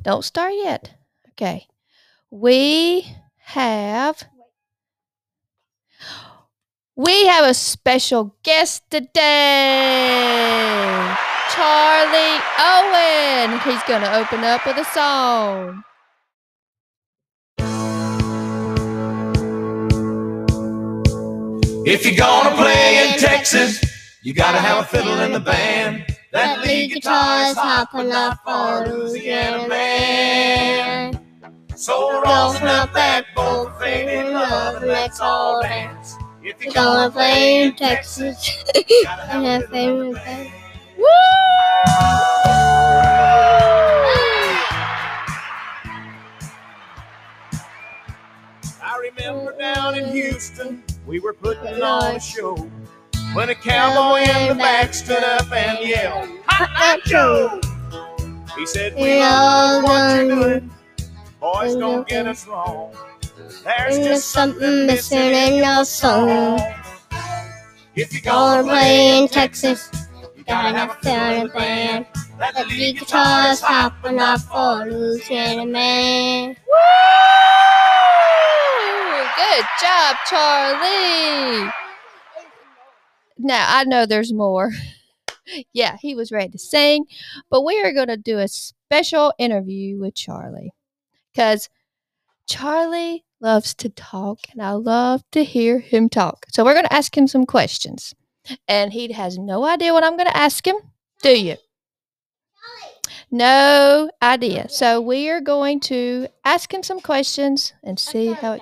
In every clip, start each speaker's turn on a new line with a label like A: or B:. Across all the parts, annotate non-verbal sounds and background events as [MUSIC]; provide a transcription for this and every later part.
A: Don't start yet. Okay. We have we have a special guest today. Charlie Owen. He's going to open up with a song.
B: If you're gonna play in Texas, you gotta have a fiddle in the band. That lead guitar is hopping off for a Louisiana band. So rolling up that bowl, fading love, and let's all dance. If you're
C: Gonna
B: gonna
C: play in
B: Texas,
C: Texas.
B: you gotta have
C: and
B: a
C: have
B: fiddle in the
C: favorite
B: band.
A: Woo!
B: I remember down in Houston, we were putting on a show. When a cowboy in the back stood up and yelled, Hot Hot Joe! He said, We love what you're doing. Boys, don't get us wrong. There's just something missing in your song. If you're
C: Gonna
B: gonna
C: play in
B: Texas,
C: Texas.
B: you
C: Gotta
B: gotta
C: have a fiddle band.
B: That
C: The big guitar is hopping off for Louisiana man.
A: Woo! Good job, Charlie. Now, I know there's more. [LAUGHS] yeah, he was ready to sing, but we are going to do a special interview with Charlie because Charlie loves to talk and I love to hear him talk. So, we're going to ask him some questions, and he has no idea what I'm going to ask him, do you? No idea. So, we are going to ask him some questions and see how it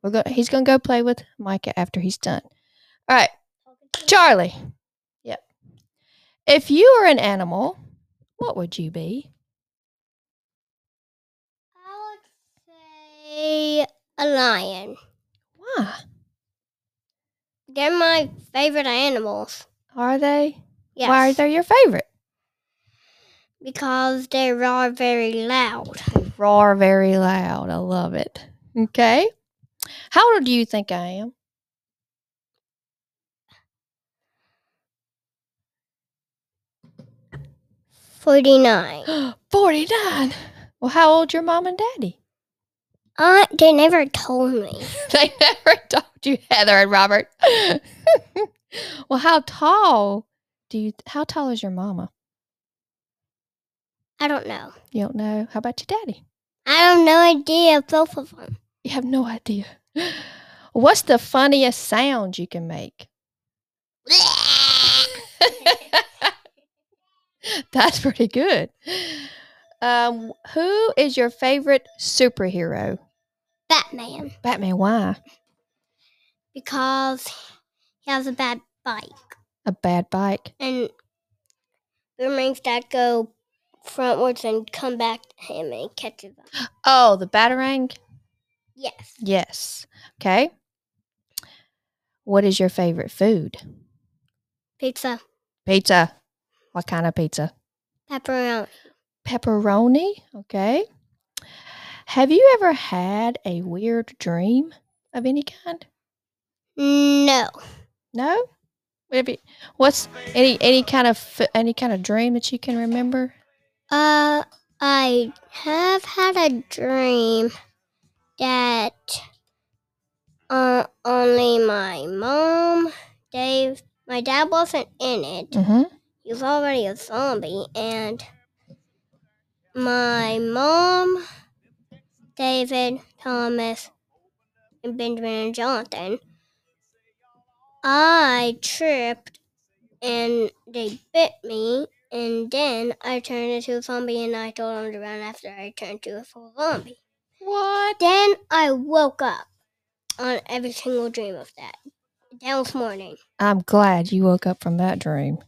A: we're going he's gonna go play with Micah after he's done. All right, Charlie. Yep. If you were an animal, what would you be?
C: I would say a lion.
A: Why
C: They're my favorite animals.
A: are they?
C: Yes.
A: Why are they your favorite?
C: Because they roar very loud.
A: They roar very loud. I love it. Okay. How old do you think I am?
C: Forty-nine.
A: [GASPS]
C: [GASPS]
A: Forty nine. Well, how old your mom and daddy? [LAUGHS]
C: Uh, they never told me.
A: They never [LAUGHS] told you, Heather and Robert. [LAUGHS] well, how tall do you? How tall is your mama?
C: I don't know.
A: You don't know. How about your daddy?
C: I have no idea of both of
A: [LAUGHS]
C: them.
A: You have no idea. What's the funniest sound you can make? [LAUGHS] That's pretty good. Um, who is your favorite superhero?
C: Batman.
A: Batman. Why?
C: Because he has a bad bike.
A: A bad bike.
C: and boomerangs that go frontwards and come back to him and catches them.
A: Oh, the batarang.
C: Yes.
A: Yes. Okay. What is your favorite food?
C: Pizza,
A: Pizza. What kind of pizza?
C: pepperoni.
A: Pepperoni. Okay. Have you ever had a weird dream of any kind?
C: No.
A: No. Maybe. What's any any kind of f- any kind of dream that you can remember?
C: Uh, I have had a dream that uh, only my mom, Dave, my dad wasn't in it.
A: Mm-hmm.
C: He was already a zombie, and my mom, David, Thomas, and Benjamin and Jonathan. I tripped, and they bit me, and then I turned into a zombie, and I told them to run after I turned into a full zombie.
A: What?
C: Then I woke up on every single dream of that. That was morning.
A: I'm glad you woke up from that dream.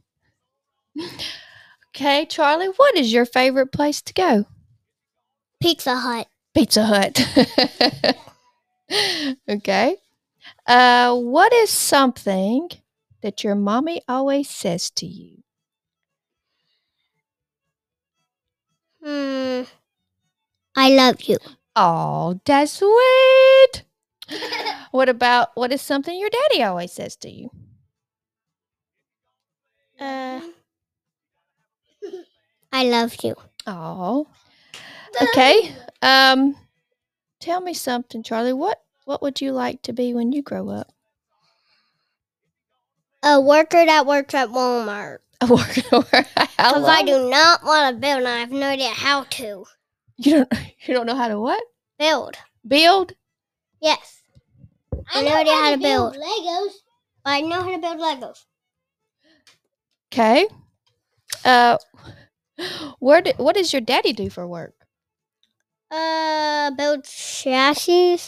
A: okay, Charlie. What is your favorite place to go?
C: Pizza Hut.
A: Pizza Hut. [LAUGHS] okay. Uh, what is something that your mommy always says to you?
C: Hmm. I love you.
A: Oh, that's sweet. what about what is something your daddy always says to you?
C: Uh, I love you.
A: Oh. Okay. Um tell me something, Charlie. What what would you like to be when you grow up? [LAUGHS]
C: A worker that works at Walmart.
A: A worker. [LAUGHS]
D: Oh,
A: I love
C: Because I
A: it.
C: do not want to build and I have no idea how to
A: You don't [LAUGHS] you don't know how to what?
C: build.
A: Build?
C: Yes. I know idea how to build.
D: Legos.
C: But I know how to build Legos.
A: Okay. Uh where do, what does your daddy do for work?
C: Uh, build chassis.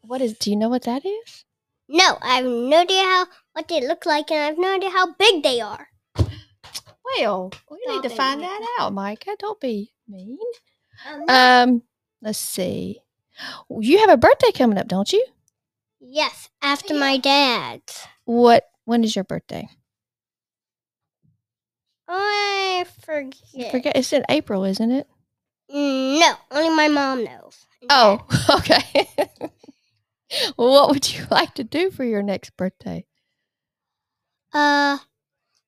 A: What is do you know what that is?
C: No, I have no idea how what they look like, and I have no idea how big they are.
A: Well, we
D: Stop
A: need to
D: it,
A: find
D: Micah.
A: that out, Micah. Don't be mean.
D: Um,
C: Uh,
A: Um, let's see. You have a birthday coming up, don't you?
C: Yes, after my dad's.
A: What? When is your birthday?
C: I
A: I
C: forget.
A: Forget. It's in April, isn't it?
C: No, only my mom knows.
A: Oh, [LAUGHS] okay. well, what would you like to do for your next birthday?
C: Uh,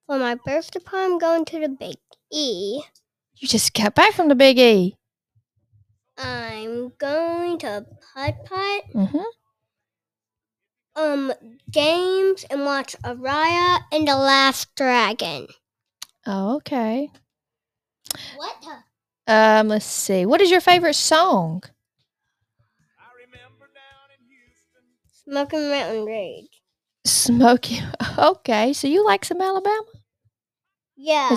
C: for my birthday party, I'm going to the Big E.
A: You just got back from the Big E.
C: I'm going to Putt Putt.
A: Mm-hmm.
C: um games and watch Araya and the Last Dragon.
A: Oh, okay.
D: what the?
A: Um, let's see. What is your favorite song?
B: I remember down in Houston.
C: Smoking Mountain Rage.
A: Smokey. [LAUGHS] Okay, so you like some Alabama?
C: Yeah.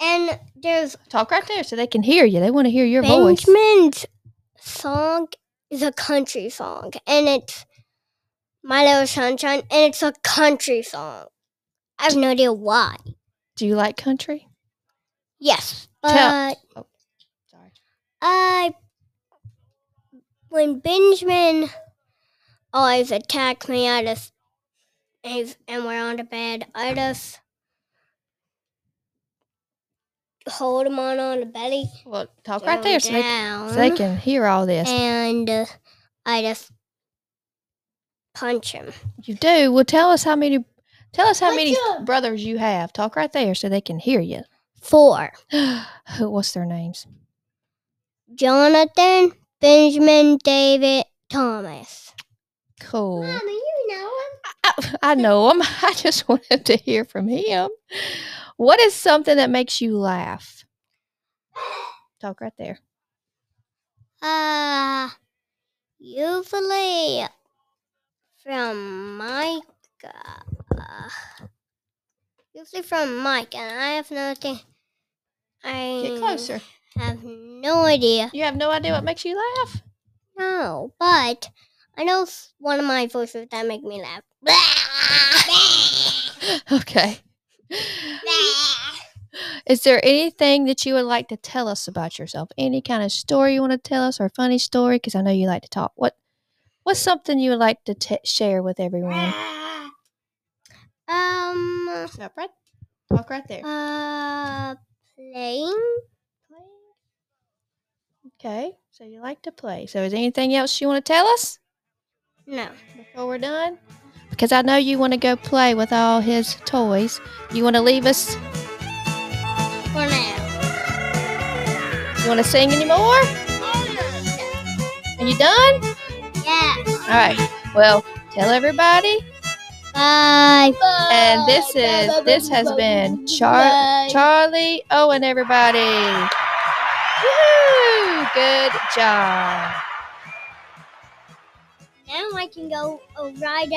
C: And there's
A: Talk right there so they can hear you. They want to hear your voice.
C: Benjamin's song is a country song and it's My Little Sunshine and it's a country song. I have no idea why.
A: Do you like country?
C: Yes.
A: Tell-
C: But
A: Sorry.
C: I when Benjamin always attacked me, I just he's, and we're on the bed. I just hold him on on the belly.
A: Well, talk right there so they, can-
C: down,
A: so they can hear all this.
C: and uh, I just punch him.
A: You do. Well, tell us how many. Tell us how
D: What's
A: many
D: up?
A: brothers you have. Talk right there so they can hear you. [GASPS]
C: Four:
A: Who? What's their names?
C: Jonathan, Benjamin, David, Thomas.
A: Cool.
D: Mommy, you know him.
A: I, I know them. [LAUGHS] I just wanted to hear from him. What is something that makes you laugh? Talk right there.
C: Uh, usually from Micah. Usually from Mike, and I have nothing. I
A: Get closer.
C: have no idea.
A: You have no idea what makes you laugh. [LAUGHS]
C: No, but I know s- one of my voices that make me laugh. [LAUGHS]
A: Okay. Is there anything that you would like to tell us about yourself? Any kind of story you want to tell us or funny story? Because I know you like to talk. What What's something you would like to t- share with everyone?
B: Ah,
C: Um,
A: Stop right. Talk right there.
C: uh, playing.
A: Okay. So you like to play. So is there anything else you want to tell us
C: No.
A: before we're done? Because I know you want to go play with all his toys. You want to leave us?
C: For now.
A: You want to sing anymore? Oh, Are you done?
C: Yeah.
A: All right. Well, tell everybody.
C: Bye.
A: And this is this has been Char- Charlie Owen, everybody. Woo! Good job.
C: Now I can go uh, ride